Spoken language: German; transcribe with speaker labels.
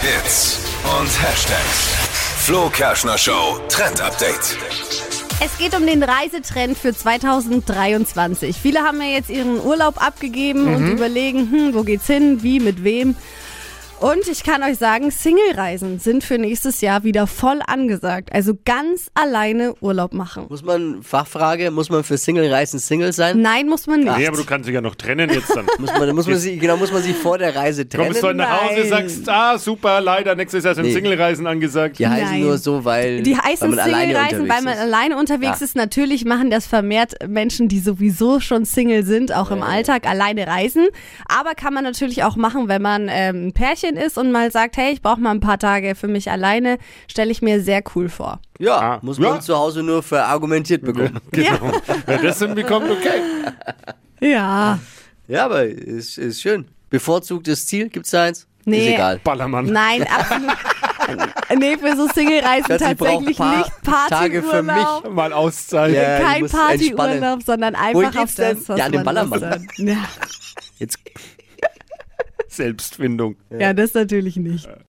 Speaker 1: Hits und Hashtags. Flo Kerschner Show Trend Update.
Speaker 2: Es geht um den Reisetrend für 2023. Viele haben ja jetzt ihren Urlaub abgegeben und
Speaker 3: Mhm.
Speaker 2: überlegen, hm, wo geht's hin, wie, mit wem. Und ich kann euch sagen, Single-Reisen sind für nächstes Jahr wieder voll angesagt. Also ganz alleine Urlaub machen.
Speaker 4: Muss man, Fachfrage, muss man für Single-Reisen Single sein?
Speaker 2: Nein, muss man nicht.
Speaker 3: Nee, aber du kannst dich ja noch trennen jetzt dann.
Speaker 4: Muss man, muss man sie, genau, muss man sich vor der Reise trennen?
Speaker 3: Kommst du heute nach Hause,
Speaker 2: Nein.
Speaker 3: sagst, ah, super, leider, nächstes Jahr sind
Speaker 4: Nee.
Speaker 3: Singlereisen angesagt.
Speaker 4: Die heißen
Speaker 2: Nein.
Speaker 4: nur so, weil,
Speaker 2: Die
Speaker 4: weil
Speaker 2: heißen
Speaker 4: man alleine
Speaker 2: Single-Reisen, weil man
Speaker 4: unterwegs ist.
Speaker 2: alleine unterwegs
Speaker 4: Ja.
Speaker 2: ist. Natürlich machen das vermehrt Menschen, die sowieso schon Single sind, auch im Alltag alleine reisen. Aber kann man natürlich auch machen, wenn man ähm, ein Pärchen ist und mal sagt, hey, ich brauche mal ein paar Tage für mich alleine, stelle ich mir sehr cool vor.
Speaker 4: Ja,
Speaker 3: Ah.
Speaker 4: muss
Speaker 3: Ja.
Speaker 4: man zu Hause nur verargumentiert bekommen.
Speaker 3: Genau. Wer das hinbekommt, okay.
Speaker 2: Ja.
Speaker 4: Ja, aber ist, ist schön. Bevorzugtes Ziel, gibt's da eins?
Speaker 2: Nee.
Speaker 4: Ist egal.
Speaker 3: Ballermann.
Speaker 2: Nein, absolut. nee, für so Single-Reisen
Speaker 4: Schatz, ich brauch
Speaker 2: tatsächlich
Speaker 4: paar
Speaker 2: nicht Partyurlaub.
Speaker 4: Tage
Speaker 3: Mal Auszeit.
Speaker 4: Ja. ich
Speaker 2: Kein
Speaker 4: muss entspannen.
Speaker 2: Partyurlaub, sondern einfach auf
Speaker 4: geht's denn?
Speaker 2: das, was
Speaker 4: Ja, an den
Speaker 2: man Lust
Speaker 4: Ballermann.
Speaker 2: hat. Ja,
Speaker 4: Jetzt
Speaker 3: Selbstfindung.
Speaker 2: ja, das natürlich nicht.